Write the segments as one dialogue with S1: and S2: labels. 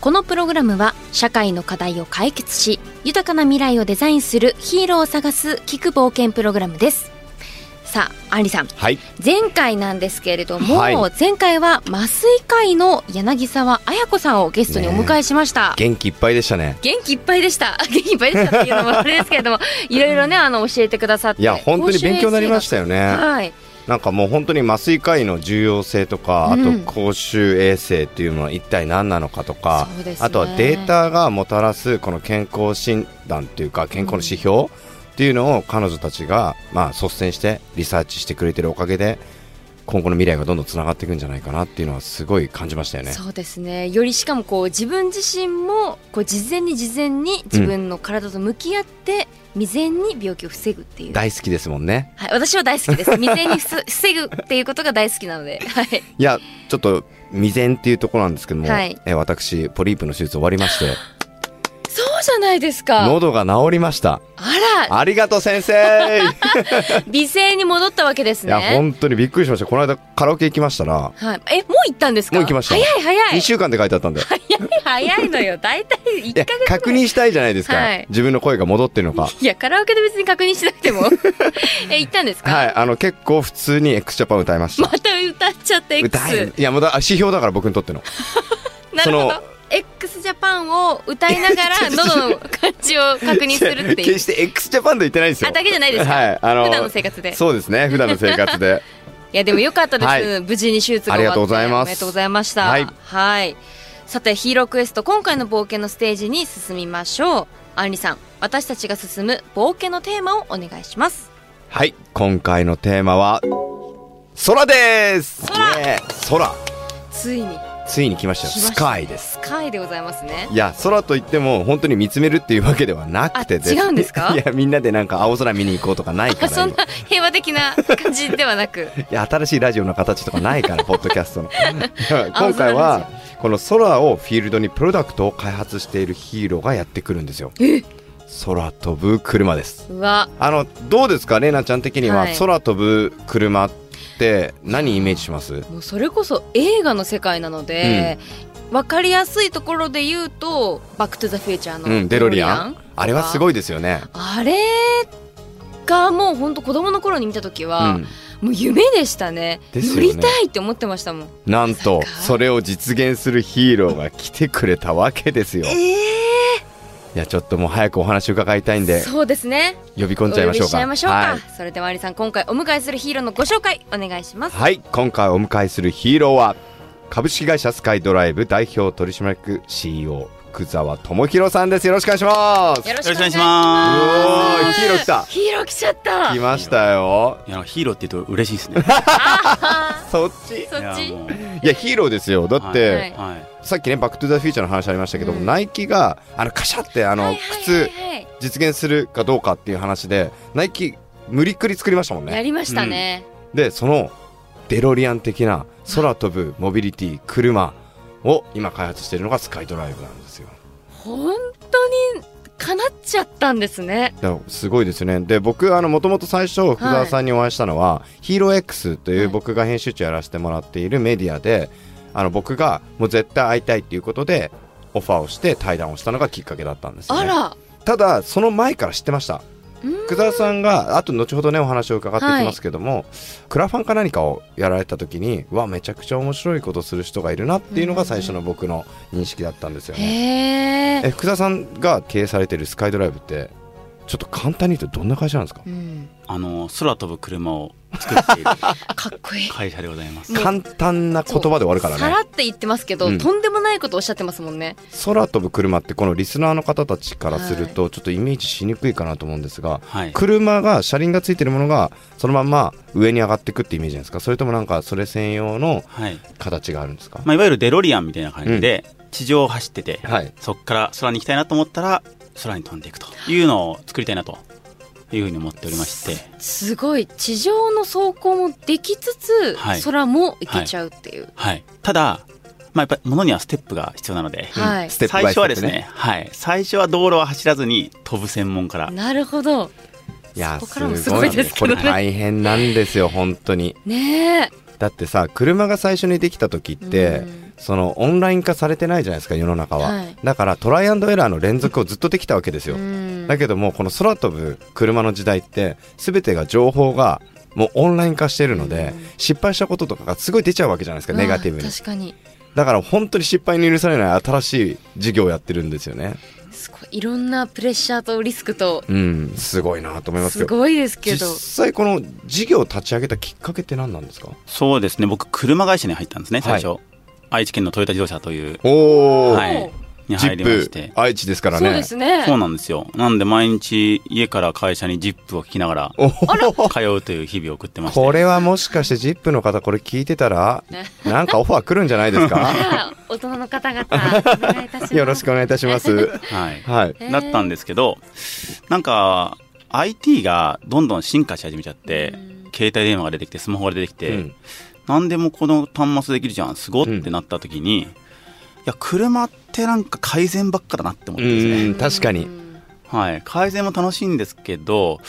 S1: このプログラムは社会の課題を解決し豊かな未来をデザインするヒーローを探す聞く冒険プログラムですさあアンリさん、
S2: はい。
S1: 前回なんですけれども、
S2: はい
S1: 前回は麻酔科医の柳沢彩子さんをゲストにお迎えしました、
S2: 元気いっぱいでしたね。
S1: 元気いっぱいでした。 元気いっぱいでしたっていうのもあれですけれども、いろいろね、あの、教えてくださって。
S2: いや本当に勉強になりましたよね
S1: はい。
S2: なんかもう本当に麻酔科医の重要性とか、あ
S1: うん
S2: と公衆衛生っていうのは一体何なのかとか、
S1: そうですね
S2: あとはデータがもたらすこの健康診断っていうか健康の指標っていうのを彼女たちがまあ率先してリサーチしてくれてるおかげで今後の未来がどんどんつながっていくんじゃないかなっていうのはすごい感じましたよね。
S1: そうですねよりしかもこう自分自身もこう事前に事前に自分の体と向き合って、未然に病気を防ぐっていう、はい、
S2: 大好きですもんね。
S1: 私は大好き です未然にふす防ぐっていうことが大好きなので、はい、
S2: いやちょっと未然っていうところなんですけども、
S1: はい
S2: え私ポリープの手術終わりまして。
S1: そうじゃないですか
S2: 喉が治りました。
S1: あら
S2: ありがとう先 生。
S1: 美声に戻ったわけです
S2: い
S1: ね
S2: や本当にびっくりしました。この間カラオケ行きましたら、
S1: はい、えもう行ったんですか
S2: もう行きました
S1: 早い早い
S2: 2週間って書いてあったんで、い
S1: 早いのよ大体1
S2: や
S1: ヶ月
S2: 確認したいじゃないですか
S1: はい。
S2: 自分の声が戻ってるのか。
S1: いやカラオケで別に確認しなく てもえ行ったんですか、
S2: はい、あの結構普通に X ジャパン歌いまし
S1: ま
S2: た。
S1: た歌っちゃって X
S2: 歌えいやまだあ指標だから僕にとっての。
S1: なるほ
S2: そ
S1: ど
S2: の。
S1: x ジャパンを歌 いながら喉の感じを確認するってい
S2: 決
S1: う。
S2: して X ジャパンで言ってないんですよ。
S1: あだけじゃないですか
S2: はい、あの
S1: 普段の生活で
S2: そうですね、普段の生活 で。
S1: いやでも良かったです、
S2: はい
S1: 無事に手術が終わって。
S2: ありがとうございます
S1: おめでとうございました。
S2: は
S1: はいい。さてヒーロークエスト今回の冒険のステージに進みましょう。アンリさん、私たちが進む冒険のテーマをお願いします。
S2: はい、今回のテーマは空です。
S1: 空
S2: イエーイ空
S1: ついに
S2: ついに来ましたよ。
S1: 来ました
S2: スカイです。
S1: スカイでございますね。
S2: いや空といっても本当に見つめるっていうわけではなくて
S1: あ違うんですか
S2: いやみんなでなんか青空見に行こうとかないか
S1: あ
S2: ら
S1: そん
S2: 今
S1: ない平和的な感じではなく、
S2: や新しいラジオの形とかない からポッドキャストのいや今回
S1: 青
S2: は
S1: 空
S2: この空をフィールドにプロダクトを開発しているヒーローがやってくるんですよ空飛ぶ車です
S1: うわ、
S2: あのどうですかレイナちゃん的には
S1: はい
S2: 空飛ぶ車って何イメージします、
S1: もうそれこそ映画の世界なので、わかりやすいところで言うと「バック・トゥ・ザ・フューチャー」の
S2: うんデロリアン
S1: デ
S2: あれはすごいですよね
S1: あれがもう本当子供の頃に見た時
S2: う
S1: は、
S2: ん
S1: もう夢でしたね
S2: ですよ
S1: 乗
S2: ね
S1: りたいって思ってましたもん
S2: なんと
S1: まさか
S2: それを実現するヒーローが来てくれたわけですよ
S1: え
S2: いやちょっともう早くお話伺いたいんで
S1: そうですね
S2: 呼び込んじゃいましょう
S1: お呼びし
S2: か
S1: ちゃいましょうか、
S2: はい、
S1: それではアリさん今回お迎えするヒーローのご紹介お願いします
S2: はい今回お迎えするヒーローは株式会社スカイドライブ代表取締役 CEO 福澤智博さんですよろしくお願いします
S1: よろ
S3: よろしくお願いし
S2: う
S3: ま
S2: おーヒーロー来た
S1: ヒーロー来ちゃった
S2: 来ましたよ
S3: す。いやヒーローって言うと嬉しいですね。
S1: あ
S2: そっち
S1: そっ
S3: いや
S1: ち
S3: もう
S2: いやヒーローですよだって、
S1: はい
S3: はい。
S2: さっきね「バック・トゥ・ザ・フューチャー」の話ありましたけども、
S1: うん
S2: ナイキがあのカシャってあ
S1: あ
S2: の靴実現するかどうかっていう話でナイキ無理くり作りましたもんね
S1: やりましたね、
S2: でそのデロリアン的な空飛ぶモビリティ車を今開発しているのがスカイドライブなんですよ
S1: 本当に叶っちゃったんですね
S2: だからすごいですよねで僕あのもともと最初福澤さんにお会いしたのは、ヒーロー X とい
S1: は
S2: う
S1: い
S2: 僕が編集長やらせてもらっているメディアであの僕がもう絶対会いたいっていうことでオファーをして対談をしたのがきっかけだったんですよ、ね、
S1: あら
S2: ただその前から知ってました
S1: うーん
S2: 福澤さんがあと後ほどねお話を伺っていきますけども、クラファンか何かをやられた時にうわめちゃくちゃ面白いことする人がいるなっていうのが最初の僕の認識だったんですよね、
S1: へ
S2: え
S1: え、
S2: 福澤さんが経営されてるスカイドライブってちょっと簡単に言うとどんな会社なんですか
S1: うん、
S3: あの空飛ぶ車を作っている
S1: かっこいい
S3: 会社でござい ます。
S1: もう
S2: 簡単な言葉で終わるから
S1: さ
S2: ね
S1: らって言ってますけど、
S2: うん
S1: とんでもないことおっしゃってますもんね
S2: 空飛ぶ車ってこのリスナーの方たちからするとちょっとイメージしにくいかなと思うんですが
S3: はい。
S2: 車が車輪がついてるものがそのまんま上に上がっていくってイメージなんですかそれともなんかそれ専用の
S3: はい。
S2: 形があるんですか、
S3: まあいわゆるデロリアンみたいな感じで地上を走ってて、
S2: はい
S3: そこから空に行きたいなと思ったら空に飛んでいくというのを作りたいなというふうに思っておりまして
S1: すごい地上の走行もできつつ、
S3: はい
S1: 空も行けちゃうっていう、
S3: はいただまあやっぱり物にはステップが必要なので、
S1: はい
S2: ステップ
S3: 最
S2: バイス
S3: 初
S2: テ
S3: は
S2: ッ
S3: です
S2: プ
S3: ね
S2: ね。
S3: はい最初は道路は走らずに飛ぶ専門から
S1: なるほど
S2: いや
S1: そこからも
S2: す
S1: す
S2: ご
S1: ご
S2: い
S1: い
S2: で
S1: ですす
S2: こ
S1: け
S2: れ
S1: どね
S2: 大変なんですよ本当に
S1: ねえ
S2: だってさ車が最初にできた時って、
S1: うん
S2: そのオンライン化されてないじゃないですか世の中は、
S1: はい
S2: だからトライアンドエラーの連続をずっとできたわけですよ、
S1: うん
S2: だけどもこの空飛ぶ車の時代って全てが情報がもうオンライン化してるので、
S1: うん
S2: 失敗したこととかがすごい出ちゃうわけじゃないですかネガティブ
S1: う
S2: に
S1: わ確かに
S2: だから本当に失敗に許されない新しい事業をやってるんですよね
S1: すごいいろんなプレッシャーとリスクと
S2: うんすごいなと思います
S1: す
S2: けど
S1: ごいですけ
S2: 実
S1: ど
S2: 際この事業を立ち上げたきっかけって何なんですか
S3: そうですね僕車会社に入ったんですね最初、
S2: は
S3: 愛知県のトヨタ自動車という
S2: おお、
S3: はいに
S2: ジ
S3: 入
S2: ッ
S3: りまして
S2: プ愛知ですからね
S1: そうですね
S3: そうなんですよなんで毎日家から会社にジップを聞きながら
S2: お
S3: 通うという日々を送ってまして
S2: これはもしかして ZIP の方これ聞いてたらなんかオファー来るんじゃないです
S1: じ
S2: か
S1: ゃあ大人の方々お願いいたし ます
S2: よろしくお願いいたします
S3: はい、
S2: はい
S1: へー
S3: だったんですけどなんか IT がどんどん進化し始めちゃって、携帯電話が出てきてスマホが出てきて、
S2: うん
S3: 何でもこの端末できるじゃんすごっ
S2: うん
S3: ってなった時に、いや車ってなんか改善ばっかだなって思っ
S2: う
S3: てですね、
S2: ん確かに
S3: はい、改善も楽しいんですけど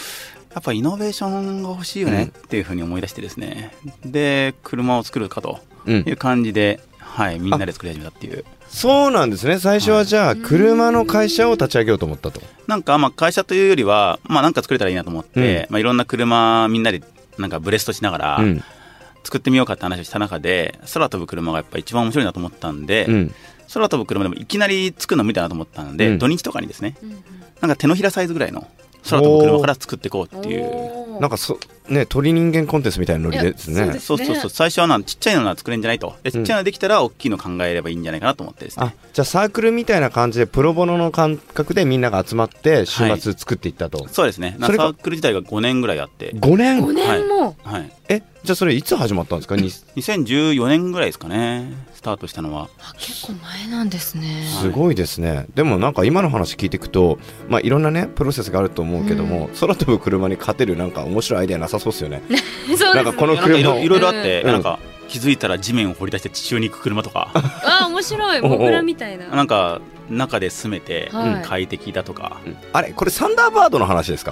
S3: やっぱイノベーションが欲しいよねっていうふうに思い出してですね、で車を作るかと
S2: うん
S3: いう感じで、はい、みんなで作り始めたっていう
S2: そうなんですね最初はじゃあ車の会社を立ち上げようと思ったと
S3: なんかまあ会社というよりは、まあ、なんか作れたらいいなと思って、まあ、いろんな車みんなでなんかブレストしながら
S2: うん
S3: 作ってみようかって話をした中で、空飛ぶ車がやっぱ一番面白いなと思ったんで、
S2: うん
S3: 空飛ぶ車でもいきなり作るの無理だなと思ったんで、
S2: うん
S3: 土日とかにですね
S1: うん
S3: なんか手のひらサイズぐらいの空飛ぶ車から作っていこうっていう。
S1: おー
S2: なんかそね鳥人間コンテンツみたいなノリです
S1: いやそう
S2: ね
S1: です
S3: そうそうそう最初はなんちっちゃいのは作れんじゃないとでちっちゃいのできたら大きいの考えればいいんじゃないかなと思ってですね、
S2: あじゃあサークルみたいな感じでプロボノの感覚でみんなが集まって週末作っていったと、
S3: そうですね
S2: そ
S3: サ
S2: れが
S3: ークル自体が5年ぐらいあって、
S2: 5年
S1: 五年も
S3: はい、
S2: えじゃあそれいつ始まったんですかにす
S3: 2014年ぐらいですかねスタートしたのは
S1: あ結構前なんですね
S3: はい
S2: ごいですねでもなんか今の話聞いていくと、まあ、いろんなねプロセスがあると思うけども、空飛ぶ車に勝てるなんか面白いアイデアなさそうですよね
S1: そう
S2: な
S1: で
S2: ん
S1: す
S2: か
S1: ね
S2: この
S3: いやなんかい
S2: 車を
S3: ろいろいろあって、
S2: うん
S3: なんか気づいたら地面を掘り出して地中に行く車とか
S1: あ面白い
S2: おうおう
S1: モグラみたいな
S3: なんか中で住めて
S1: はい
S3: 快適だとか、
S2: あれこれサンダーバードの話 ですか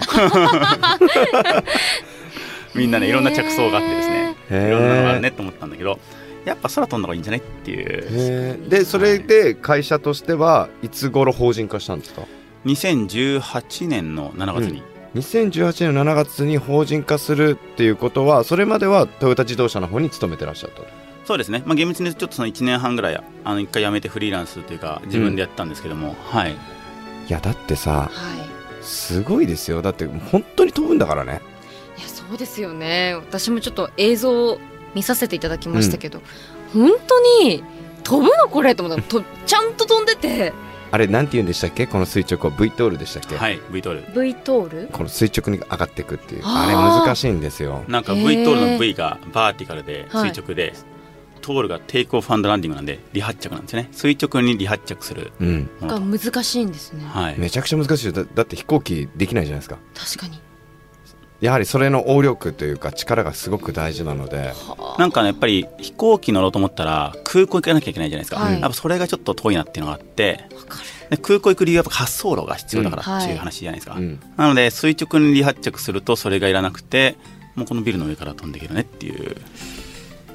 S3: みんなねいろんな着想があってですね
S2: へー
S3: いろんなのがあるねと思ったんだけどやっぱ空飛んだ方がいいんじゃないっていう
S2: へーでそれで会社としてはいつ頃法人化したんですか
S3: 2018年の7月に、
S2: 2018年の7月に法人化するっていうことはそれまではトヨタ自動車の方に勤めてらっしゃった
S3: そうですね、まあ、厳密に言うとちょっとその1年半ぐらいあの1回辞めてフリーランスというか自分でやったんですけども、はい
S2: いやだってさ
S1: はい
S2: すごいですよだって本当に飛ぶんだからね
S1: いやそうですよね私もちょっと映像を見させていただきましたけど、本当に飛ぶのこれと思ったのとちゃんと飛んでて
S2: あれなんて言うんでしたっけこの垂直は V トールでしたっけ、
S3: はい V トール
S1: V トール
S2: この垂直に上がっていくっていうあ
S1: あ
S2: れ
S1: ー
S2: 難しいんですよ
S3: なんか
S1: へ
S3: V
S1: ー
S3: トールの V がバーティカルで
S1: はい
S3: 垂直で、トールがテイクオフランディングなんで離発着なんですね垂直に離発着する
S2: うん
S3: も
S1: が
S3: のと
S1: 難しいんですね、
S3: はい、
S2: めちゃくちゃ難しいよだだって飛行機できないじゃないですか
S1: 確かに
S2: やはりそれの応力というか力がすごく大事なので
S3: なんかねやっぱり飛行機乗ろうと思ったら空港行かなきゃいけないじゃないですか、
S1: はい
S3: やっぱそれがちょっと遠いなっていうのがあって
S1: わかる
S3: で空港行く理由はやっぱ滑走路が必要だか
S1: うん
S3: らって
S1: はい
S3: いう話じゃないですか、
S2: うん
S3: なので垂直に離発着するとそれがいらなくてもうこのビルの上から飛んでいけるねっていう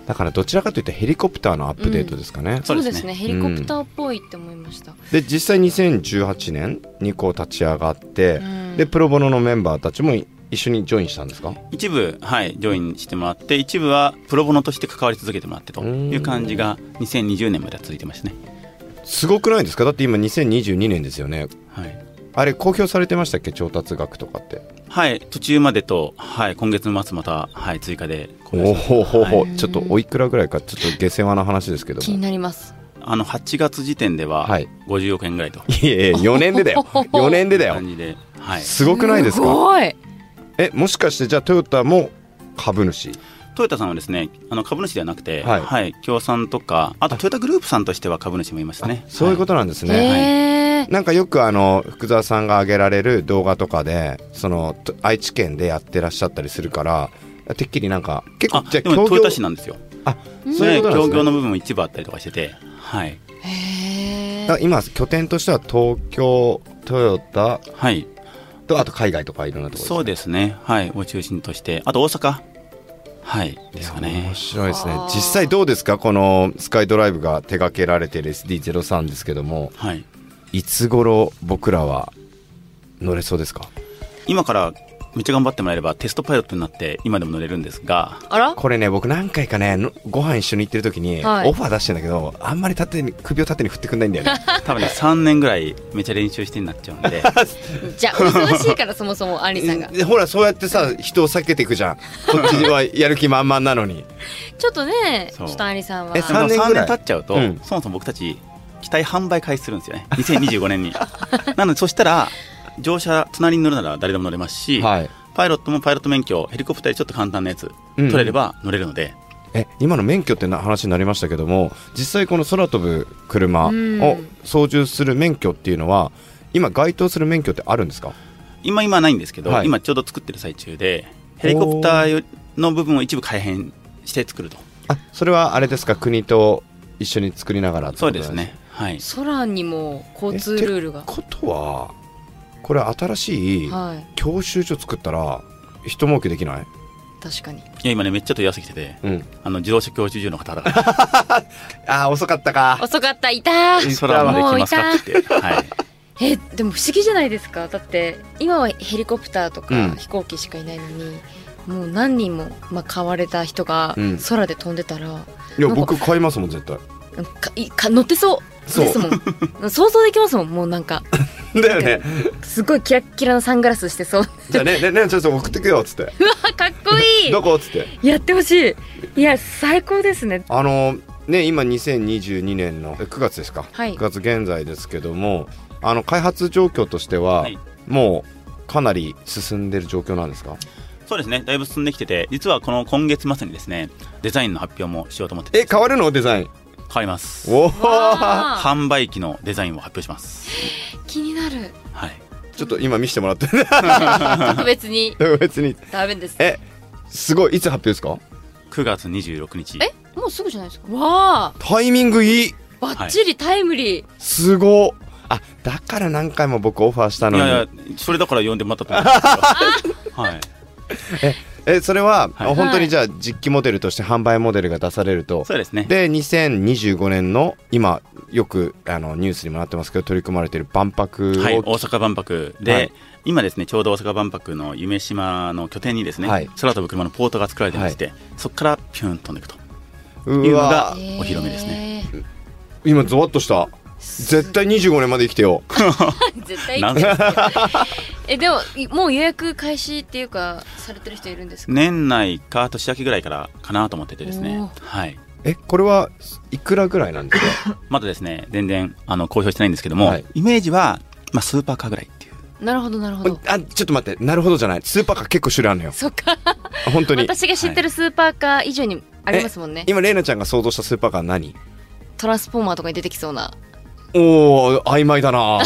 S2: だからどちらかというとヘリコプターのアップデートですかね、
S3: そ
S1: そうう
S3: で
S1: ですす
S3: ね
S1: ねヘリコプターっぽいって思いました、
S2: で実際2018年にこう立ち上がって、
S1: うん
S2: でプロボノのメンバーたちもい一緒にジョインしたんですか
S3: 一部はいジョインしてもらって一部はプロボノとして関わり続けてもらってという感じが2020年までは続いてましたね、
S2: すごくないですかだって今2022年ですよね
S3: はい
S2: あれ公表されてましたっけ調達額とかって
S3: はい、途中までと、はい、今月の末また、はい、追加で公
S2: おお
S3: 表し
S2: ほほほ、
S3: は
S2: ちょっとおいくらぐらいかちょっと下世話な話ですけど
S1: 気に
S2: も
S1: なります
S3: あの8月時点では
S2: はい
S3: 50億円ぐらいと
S2: いえいえ4年で だよ4年でだよ
S3: 感じで、はい、
S2: すごくないです
S1: す
S2: か
S1: ごい
S2: えもしかしてじゃあトヨタも株主
S3: トヨタさんはですねあの株主ではなくて、
S2: は
S3: はいい協賛とかあとトヨタグループさんとしては株主もいますね
S2: そういうことなんですね、
S1: へえ
S2: なんかよくあの福澤さんが上げられる動画とかでそのと愛知県でやってらっしゃったりするからてっきりなんか結構
S3: あ
S2: じゃ
S3: で
S2: あ
S3: も
S2: 協
S3: 豊
S2: 業
S3: 田市なんですよ、
S2: あ
S1: うん
S2: そういうことなん
S3: 協
S2: ですね
S3: 業の部分も一部あったりとかしてて、はい、
S1: へ
S2: だから今拠点としては東京トヨタ
S3: はい、
S2: とあと海外とかいろんなところ
S3: そうですね、はい、を中心として、あと大阪、はい、
S2: で
S3: です
S2: す
S3: か
S2: ね
S3: ね
S2: 面。白いですね
S1: あー
S2: 実際どうですかこのスカイドライブが手掛けられている SD03 ですけども
S3: はい、
S2: いつ頃僕らは乗れそうですか
S3: 今からめっちゃ頑張ってもらえればテストパイロットになって今でも乗れるんで すが
S1: あら
S2: これね僕何回かねのご飯一緒に行ってる時に
S1: はい
S2: オファー出してんだけど、あんまり縦に首を縦に振ってくんないんだよ ね
S3: 多分ね3年ぐらいめっちゃ練習してになっちゃうん で
S1: じゃあお忙しいからそもそもアンリさんが
S2: でほらそうやってさ人を避けていくじゃんこっちはやる気満々なのに
S1: ちょっとねち
S3: そ
S1: ょ
S3: う
S1: っとアンリさんは
S2: え
S3: でも
S2: 三年ぐらい
S3: 3年経っちゃうと、
S2: うん
S3: そもそも僕たち機体販売開始するんですよね2025年に なのでそしたら乗車隣に乗るなら誰でも乗れますし、
S2: はい
S3: パイロットもパイロット免許ヘリコプターよりちょっと簡単なやつ
S2: うんうん
S3: 取れれば乗れるので、
S2: え今の免許ってな話になりましたけども実際この空飛ぶ車を
S1: うん
S2: 操縦する免許っていうのは今該当する免許ってあるんですか
S3: 今今はないんですけど、
S2: はい
S3: 今ちょうど作ってる最中でヘリコプターよりの部分を一部改変して作ると
S2: あそれはあれですか国と一緒に作りながらってこ
S3: そう
S2: と
S3: ですねはい
S1: 空にも交通ルールが
S2: なんですねことはこれ新しい
S1: はい
S2: 教習所作ったら人儲けできない、
S1: 確かに
S3: いや今ねめっちゃ問い合わせ来てて
S2: うん、
S3: あの自動車教習所の方 だから
S2: あー遅かったか
S1: 遅かったいた
S2: い
S3: 空まで来ますかって言って、はい、
S1: えでも不思議じゃないですかだって今はヘリコプターと
S2: う
S1: か
S2: ん
S1: 飛行機しかいないのに、もう何人も、まあ、買われた人が
S2: うん
S1: 空で飛んでたら、
S2: いや
S1: なんか
S2: 僕買いますもん絶対
S1: なんかいか乗ってそう
S2: そう
S1: ですも ん想像できますもんもうなんか
S2: だよね
S1: すごいキラッキラのサングラスして そう
S2: じゃあねねねちょっと送ってくよっつって
S1: あかっこい
S2: どこっつって
S1: いやってほしいいや最高ですね
S2: あのね今2022年のえ9月ですか、
S1: はい
S2: 9月現在ですけどもあの開発状況としては、
S3: はい
S2: もうかなり進んでる状況なんですか
S3: そうですねだいぶ進んできてて実はこの今月末にですねデザインの発表もしようと思ってて
S2: え変わるのデザイン
S3: 変わります
S2: おお
S1: わあ
S3: 販売機のデザインを発表します
S1: 気にな る
S3: はい
S2: ちょっと今見せてもらって
S1: 特別に
S2: 別に
S1: ダメです
S2: えすごいいつ発表ですか
S3: 9月26日
S1: えもうすぐじゃないですかわあ
S2: タイミングいい
S1: バッチリタイムリー、
S2: すごっあだから何回も僕オファーした
S3: い
S2: のに
S3: やいやそれだから呼んでもらったと思うんですけどはい
S2: えそれは、
S3: はい
S2: 本当にじゃあ実機モデルとして販売モデルが出されると
S3: そうですね
S2: で2025年の今よくあのニュースにもなってますけど取り組まれている万博を、
S3: はい、大阪万博で、
S2: はい
S3: 今ですねちょうど大阪万博の夢島の拠点にですね、
S2: はい
S3: 空飛ぶ車のポートが作られてまして、そこからピュン飛んでいくと
S2: うわ
S3: いうのお披露目ですね
S1: へー
S2: 今ゾワッとした絶対25年まで生きてよ
S1: 絶対
S3: なんか
S1: えでもいもう予約開始っていうかされてる人いるんですか、
S3: 年内か年明けぐらいからかなと思っててです
S1: お
S3: ね
S1: ー
S3: はい
S2: えこれはいくらぐらいなんですか
S3: まだですね全然あの公表してないんですけども、
S2: はい
S3: イメージは、まあ、スーパーカーぐらいっていう
S1: なるほどなるほど
S2: あちょっと待ってなるほどじゃないスーパーカー結構種類あるのよ
S1: そっか
S2: 本当に
S1: 私が知ってるスーパーカー以上にありますもんね
S2: 今玲奈ちゃんが想像したスーパーカーは何
S1: トランスフォーマーとかに出てきそうな
S2: おお曖昧だ な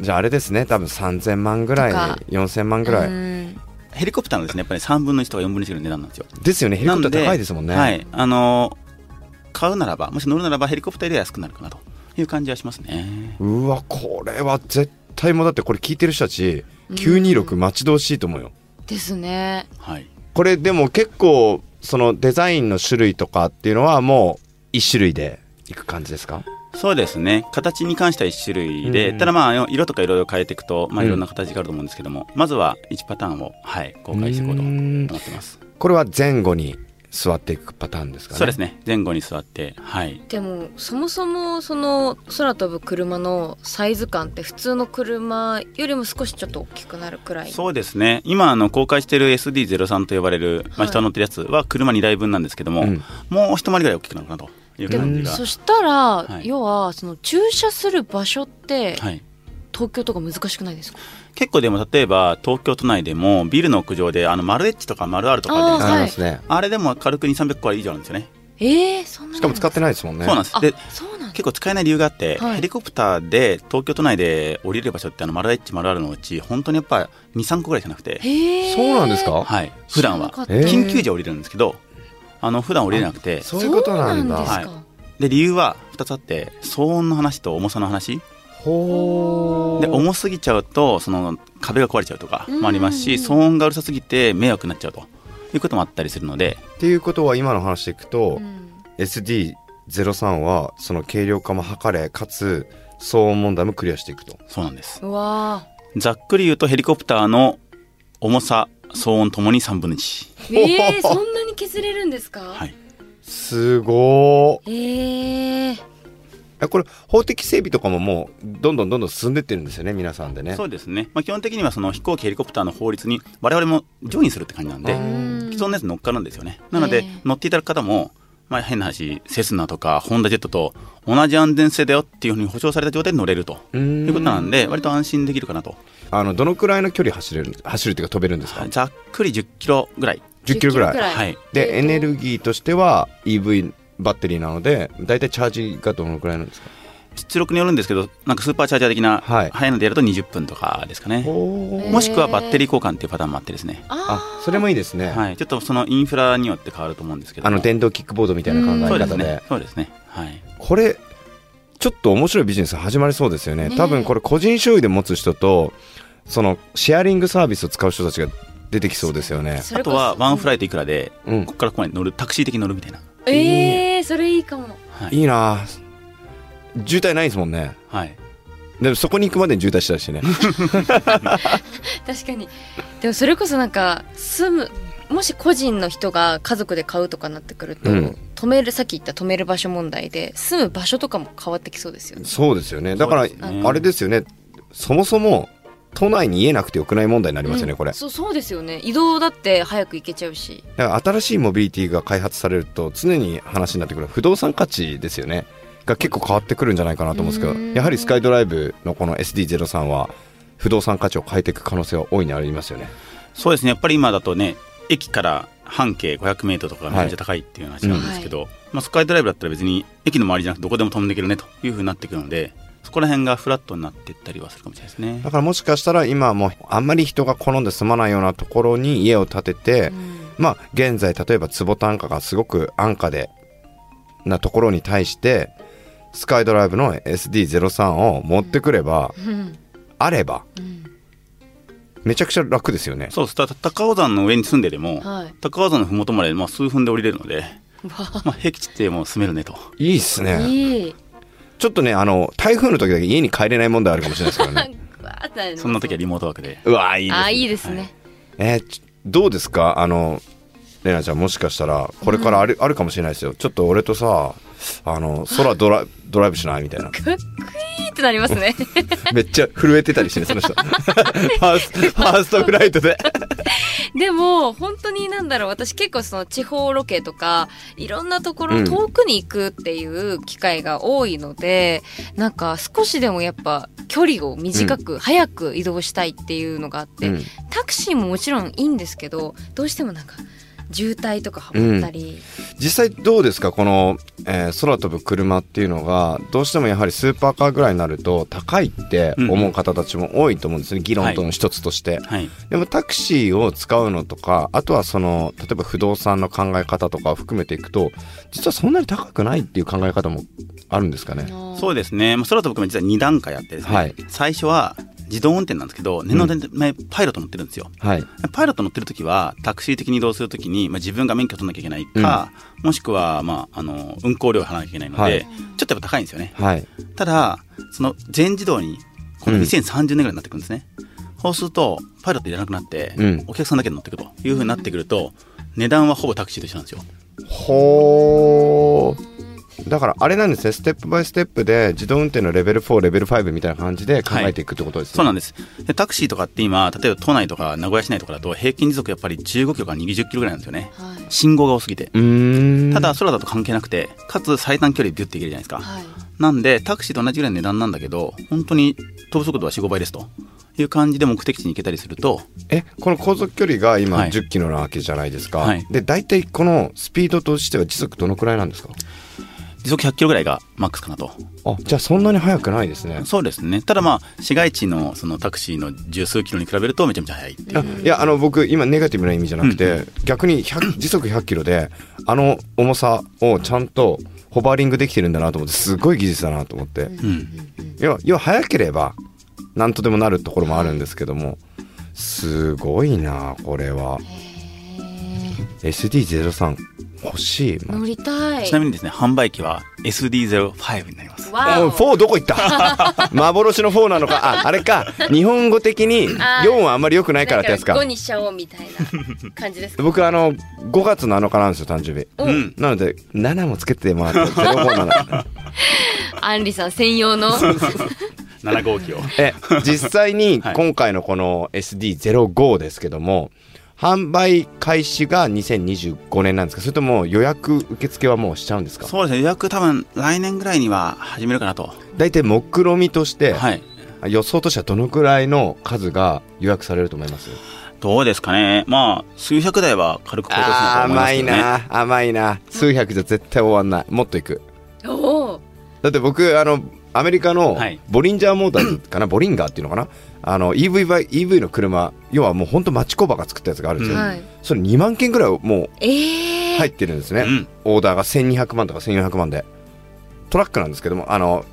S2: じゃああれですね多分3000万ぐらい
S1: とか
S2: 4000万ぐら
S1: う
S2: い
S1: ーん
S3: ヘリコプターのですねやっぱり3分の1とか4分の1の値段なんですよ
S2: ですよねヘリコプター高いですもんね
S3: はいあの買うならばもし乗るならばヘリコプターよりは安くなるかなという感じはしますね
S2: うわこれは絶対もうだってこれ聞いてる人たち926待ち遠しいと思うよ、
S1: ですね
S3: はい
S2: これでも結構そのデザインの種類とかっていうのはもう1種類でいく感じですか
S3: そうですね形に関しては1種類で、
S2: うん
S3: ただまあ色とかいろいろ変えていくと、まあ、
S2: うん
S3: いろんな形があると思うんですけども、まずは1パターンを、はい、公開していこうと
S2: うん
S3: 思ってます、
S2: これは前後に座っていくパターンですかね
S3: そうですね前後に座ってはい
S1: でもそもそもその空飛ぶ車のサイズ感って普通の車よりも少しちょっと大きくなるくらい
S3: そうですね今あの公開している SD03 と呼ばれる、ま
S1: は
S3: あ、
S1: い
S3: 人が乗ってるやつは車2台分なんですけども、
S2: うん
S3: もう一回りぐらい大きくなるかなという
S1: で
S3: 感
S1: も
S3: じが、
S1: そしたら、
S3: はい
S1: 要はその駐車する場所って
S3: はい、
S1: 東京とか難しくないですか
S3: 結構でも例えば東京都内でもビルの屋上であのマルエッジとかマルアールとかあるじゃないですか
S2: ありますね、
S3: あれでも軽く2 3 0 0個は以上なんですよね、
S1: えー、そんなに
S2: しかも使ってないですもんね
S3: そうなんです
S1: あ
S3: で
S1: そうなんだ
S3: 結構使えない理由があって、
S1: はい
S3: ヘリコプターで東京都内で降りれる場所ってあの丸1丸あるのうち本当にやっぱ23個ぐらいしかなくて、
S1: へー
S2: そうなんですか
S3: はい、普段は
S1: 知らなかった
S2: へー
S3: 緊急時は降りれるんですけどあの普段降りれなくて
S2: そういうことなんだ
S1: そう
S3: は
S1: ないんですか
S3: で理由は2つあって騒音の話と重さの話
S2: ほ
S3: で
S2: ー
S3: 重すぎちゃうとその壁が壊れちゃうとかもありますし
S1: うんうん
S3: 騒音がうるさすぎて迷惑になっちゃうということもあったりするので
S2: っていうことは今の話でいくと、
S1: うん
S2: SD03 はその軽量化も図れかつ騒音問題もクリアしていくと
S3: そうなんです
S1: うわ
S3: ざっくり言うとヘリコプターの重さ騒音ともに3分の1
S1: ーえー、そんなに削れるんですか、
S3: はい
S2: すごー
S1: えー、
S2: えこれ法的整備とかももうどんどんどんどん進んでってるんですよね皆さんでね
S3: そうですね、まあ、基本的にはその飛行機ヘリコプターの法律に我々も上位するって感じなんで
S1: うん
S3: 既存のやつ乗っかるんですよねなので
S1: ええ
S3: 乗っていただく方も、まあ、変な話セスナとかホンダジェットと同じ安全性だよっていうふうに保証された状態で乗れると
S2: う
S3: い
S2: ー
S3: うこと
S2: ん
S3: なんで割と安心できるかなと
S2: あのどのくらいの距離走れる走るっていうか飛べるんですか、
S3: ざっくり10キロぐらい
S2: 10キロぐらい
S3: いはい
S2: で、エネ
S1: ギー
S2: ルギーとしては EV バッテリーなので大体チャージがどのくらいなんですか
S3: 出力によるんですけどなんかスーパーチャージャー的な
S2: はい
S3: 速いのでやると20分とかですかね、
S2: お
S1: ー
S3: もしくはバッテリー交換っていうパターンもあってですね、
S2: あそれもいいですね、
S3: はい、ちょっとそのインフラによって変わると思うんですけど
S2: あの電動キックボードみたいな考
S3: そう
S2: え
S3: で
S2: 方
S3: す
S2: で
S3: ねそうですねはい
S2: これちょっと面白いビジネス始まりそうですよね
S1: ねえ
S2: 多分これ個人所有で持つ人とそのシェアリングサービスを使う人たちが出てきそうですよね
S1: そ
S3: あ
S1: れことそ
S3: はワンフライトいくらで、
S2: うん
S3: ここからここまで乗るタクシー的に乗るみたいな、
S1: えー、それいいかも
S3: はい
S2: いいなあ渋滞ないですもんね
S3: はい
S2: でもそこに行くまでに渋滞したりして ね
S1: 確かにでもそれこそなんか住むもし個人の人が家族で買うとかなってくると、
S2: うん
S1: 止めるさっき言った止める場所問題で住む場所とかも変わってきそうですよね
S2: そうですよねだから
S3: そうですね
S2: あれですよねそもそも都内に家なくてよくない問題になりますよねこれ
S1: そうそうですよね移動だって早く行けちゃうし
S2: だから新しいモビリティが開発されると常に話になってくる不動産価値ですよねが結構変わってくるんじゃないかなと思うんですけ
S1: うん
S2: どやはりスカイドライブのこの SD03 は不動産価値を変えていく可能性は大いにありますよね
S3: そうですねやっぱり今だとね駅から半径 500m とかがめっちゃ高いっていう話なんですけど、まあ、スカイドライブだったら別に駅の周りじゃなくてどこでも飛んでいけるねというふうになってくるのでそこら辺がフラットになっていったりはするかもしれないですね
S2: だからもしかしたら今はもうあんまり人が好んで住まないようなところに家を建てて、まあ現在例えば坪単価がすごく安価でなところに対してスカイドライブの SD03 を持ってくれば、
S1: うん
S2: あればめちゃくちゃ楽ですよね
S3: そうですた高尾山の上に住んででも、
S1: はい
S3: 高尾山の麓までまあ数分で降りれるので、まあ、平地ってもう住めるねと
S2: いいっすね
S1: いい
S2: ちょっとね、あの、台風の時だけ家に帰れない問題あるかもしれないですけど ね。
S3: そんな時は
S1: は
S3: リモートワークで
S2: うわ、いいです、ね。
S1: あいいですね、
S2: えーちどうですかあの、レナちゃんもしかしたら、これからある、あるかもしれないですよ。ちょっと俺とさ、あの、空ドラ、ドライブしないみたいな。
S1: かっこいいってなりますね
S2: めっちゃ震えてたりしてね、その人。フ ァースト、ファーストフライトで。
S1: でも本当になんだろう私結構その地方ロケとかいろんなとこ
S2: う
S1: ろ
S2: ん
S1: 遠くに行くっていう機会が多いので、なんか少しでもやっぱ距離を短く、早く移動したいっていうのがあって、
S2: うん
S1: タクシーももちろんいいんですけどどうしてもなんか渋滞とかハマったり、
S2: 実際どうですかこの、えー空飛ぶ車っていうのがどうしてもやはりスーパーカーぐらいになると高いって思う方たちも多いと思うんですね、議論との一つとして、
S3: はい
S2: でもタクシーを使うのとかあとはその例えば不動産の考え方とかを含めていくと実はそんなに高くないっていう考え方もあるんですかね。
S3: そうですね、まあ、空飛ぶ組は実は2段階あってですね、
S2: はい
S3: 最初は自動運転なんですけど念のためパイロット乗ってるんですよ、
S2: はい、
S3: パイロット乗ってる時はタクシー的に移動する時に、まあ、自分が免許取んなきゃいけないか、もしくは、まあ、あの運行料払わなきゃいけないので、
S2: はい
S3: ちょっとやっぱ高いんですよね
S2: はい、
S3: ただその全自動にこの
S2: うん
S3: 2030年ぐらいになってくるんですね、そうするとパイロットいらなくなって、
S2: うん
S3: お客さんだけで乗ってくというふうになってくると値段はほぼタクシーと一緒なんですよ
S2: ほーだからあれなんですねステップバイステップで自動運転のレベル4レベル5みたいな感じで考えていくってことです
S3: そ
S2: ね。
S3: うなんですでタクシーとかって今例えば都内とか名古屋市内とかだと平均時速やっぱり15キロから20キロぐらいなんですよね、
S1: はい
S3: 信号が多すぎて
S2: うーん
S3: ただ空だと関係なくてかつ最短距離ビュッていけるじゃないですか、
S1: はい
S3: なんでタクシーと同じぐらいの値段なんだけど本当に飛ぶ速度は45倍ですという感じで目的地に行けたりすると
S2: えこの航続距離が今
S3: はい
S2: 10キロなわけじゃないですか、
S3: はい
S2: で大体このスピードとしては時速どのくらいなんですか、
S3: 時速100キロぐらいがマックスかなと。
S2: あじゃあそんなに速くないですね
S3: そうですね。ただまあ、市街地のそのタクシーの十数キロに比べるとめちゃめちゃ速いっていう。
S2: あいやあの僕今ネガティブな意味じゃなくて、逆に100時速100キロであの重さをちゃんとホバーリングできてるんだなと思ってすごい技術だなと思って、
S3: うん。
S2: 要は要は早ければ何とでもなるところもあるんですけどもすごいなこれは SD03 欲しい、ま
S1: 乗りたい
S3: ちなみにですね、販売機は SD05 になります。
S1: わ
S2: お
S1: お
S2: い4どこ行った幻の4なのかああれか日本語的に
S1: あー
S2: 4はあんまり良くないからってやつか
S1: だら5にしちゃおうみたいな感じですか
S2: 僕あの5月7日なんですよ誕生日
S1: お
S3: うん。
S2: なので7もつけてもらって057
S1: アンリさん専用の
S3: 7号機を。
S2: え実際に
S3: はい
S2: 今回のこの SD05 ですけども、販売開始が2025年なんですかそれとも予約受付はもうしちゃうんですか
S3: そうですね、予約多分来年ぐらいには始めるかなと。
S2: 大体目論みとして、
S3: はい。
S2: 予想としてはどのくらいの数が予約されると思います
S3: どうですかね。まあ、数百台は軽く超えてほしいなと思います
S2: 甘
S3: け
S2: い
S3: どね。
S2: な甘いな数百じゃ絶対終わんないもっといく
S1: おお
S2: だって僕あのアメリカの
S3: はい
S2: ボリンジャーモーターズかな、 ボリンガーっていうのかなあの EV, バイ EV の車要はもうほんと町工場が作ったやつがあるんですよ、
S3: うん
S1: はい
S2: それ2万件ぐらいも
S1: ええ
S2: う入ってるんですね、
S3: うん
S2: オーダーが1200万とか1400万でトラックなんですけどもあの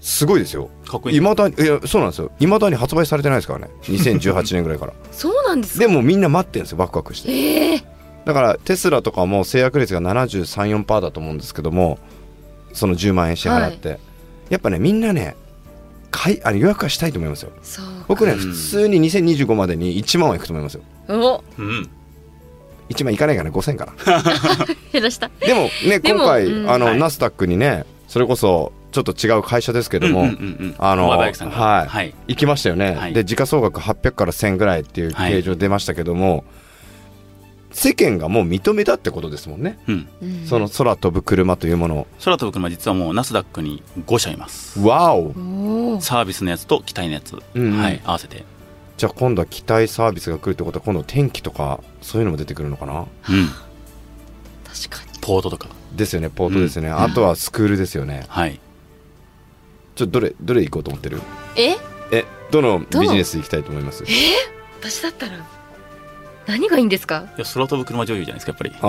S2: すごいですよ
S3: かっこいい
S2: いまだにいやそうなんですよいまだに発売されてないですからね2018年ぐらいから
S1: そうなんですか
S2: でもみんな待ってるんですよワクワクして
S1: ええ
S2: だからテスラとかも制約率が734%だと思うんですけどもその10万円支払って、やっぱねみんなね買いあの予約はしたいと思いますよ
S1: そう
S2: 僕ね、
S3: うん
S2: 普通に2025までに1万はいくと思いますよ
S1: お
S3: うん。
S2: 1万いかないかな5000かな
S1: 減らした
S2: でもね
S1: でも
S2: 今回、
S1: うん
S2: あの
S3: はい
S2: ナスダックにねそれこそちょっと違う会社ですけども、
S3: うんうんうんうん
S2: あの
S3: モアバイクさんが
S2: はい
S3: はい
S2: 行きましたよね、
S3: はい
S2: で時価総額800から1000ぐらいっていう
S3: はい
S2: 形状出ましたけども、世間がもう認めたってことですもんね、
S3: うん。
S1: うん
S2: その空飛ぶ車というものを
S3: 空飛ぶ車実はもうナスダックに5社います。
S2: わお
S1: おお
S3: サービスのやつと機体のやつ、
S2: うん
S3: はい、合わせて。
S2: じゃあ今度は機体サービスが来るってことは今度天気とかそういうのも出てくるのかな
S3: うん。
S1: 確かに
S3: ポートとか。
S2: ですよねポートですよね、
S3: うん
S2: あとはスクールですよね
S3: はい。
S2: ちょっとどれどれ行こうと思ってる
S1: え
S2: えどのビジネス行きたいと思います
S1: 私だったら何がいいんですか
S3: いや、空飛ぶ車女優じゃないですか、やっぱ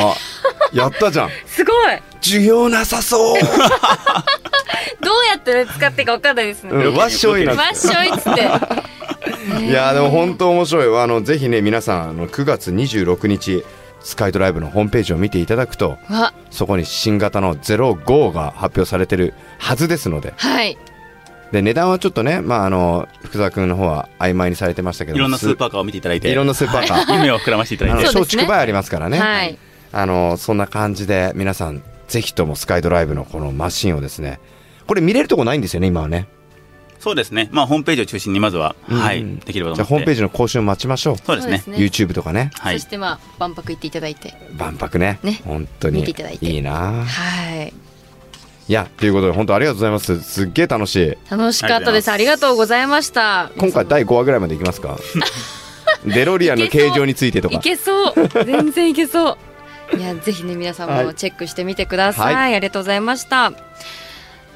S3: り。
S2: あやったじゃん
S1: すごい
S2: 需要なさそう
S1: どうやって使っていいか分かんないですね
S2: うんわっしょいな
S1: わっしょいっつって
S2: いやーでも本当面白いわあのぜひね皆さんあの9月26日スカイドライブのホームページを見ていただくと
S1: わ
S2: そこに新型の05が発表されてるはずですので
S1: はい
S2: で値段はちょっとね、まあ、あの福沢君の方は曖昧にされてましたけど
S3: いろんなスー
S2: ー
S3: パーカーを見ていただいて。
S2: いろんなスーパーカー
S3: はい夢を膨らましていた
S2: あ
S3: だ
S2: の
S3: い
S1: そ
S3: て
S1: う。で
S2: 松
S1: すね
S2: 竹梅ありますからね、
S1: はい
S2: あのそんな感じで皆さんぜひともスカイドライブのこのマシンをですねこれ見れるとこないんですよね今はね
S3: そうですね。まあ、ホームページを中心にまずは、
S2: うん
S3: はい、できればと思って。
S2: じゃあホームページの更新を待ちましょう、
S3: そうですね。
S2: YouTube とかね
S3: はい
S1: そし。てまあ万博行っていただいて
S2: 万博ね
S1: ね
S2: 本当に
S1: 見ていただいて
S2: いいな
S1: はい
S2: いやということで本当ありがとうございますすっげえ楽しい
S1: 楽しかったですありがとうございました
S2: 今回第5話ぐらいまでいきます かデロリアンの形状についてとか
S1: いけそう全然いけそういやぜひね皆さん
S2: は
S1: も
S2: い
S1: チェックしてみてください、
S2: は
S1: ありがとうございました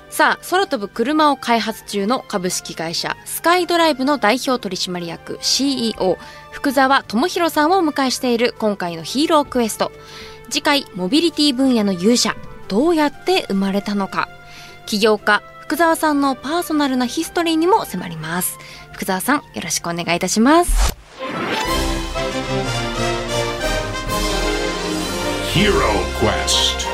S1: さあ空飛ぶ車を開発中の株式会社スカイドライブの代表取締役 CEO 福沢智博さんをお迎えしている今回のヒーロークエスト次回モビリティ分野の勇者どうやって生まれたのか起業家福沢さんのパーソナルなヒストリーにも迫ります福沢さんよろしくお願いいたします
S4: Hero Quest.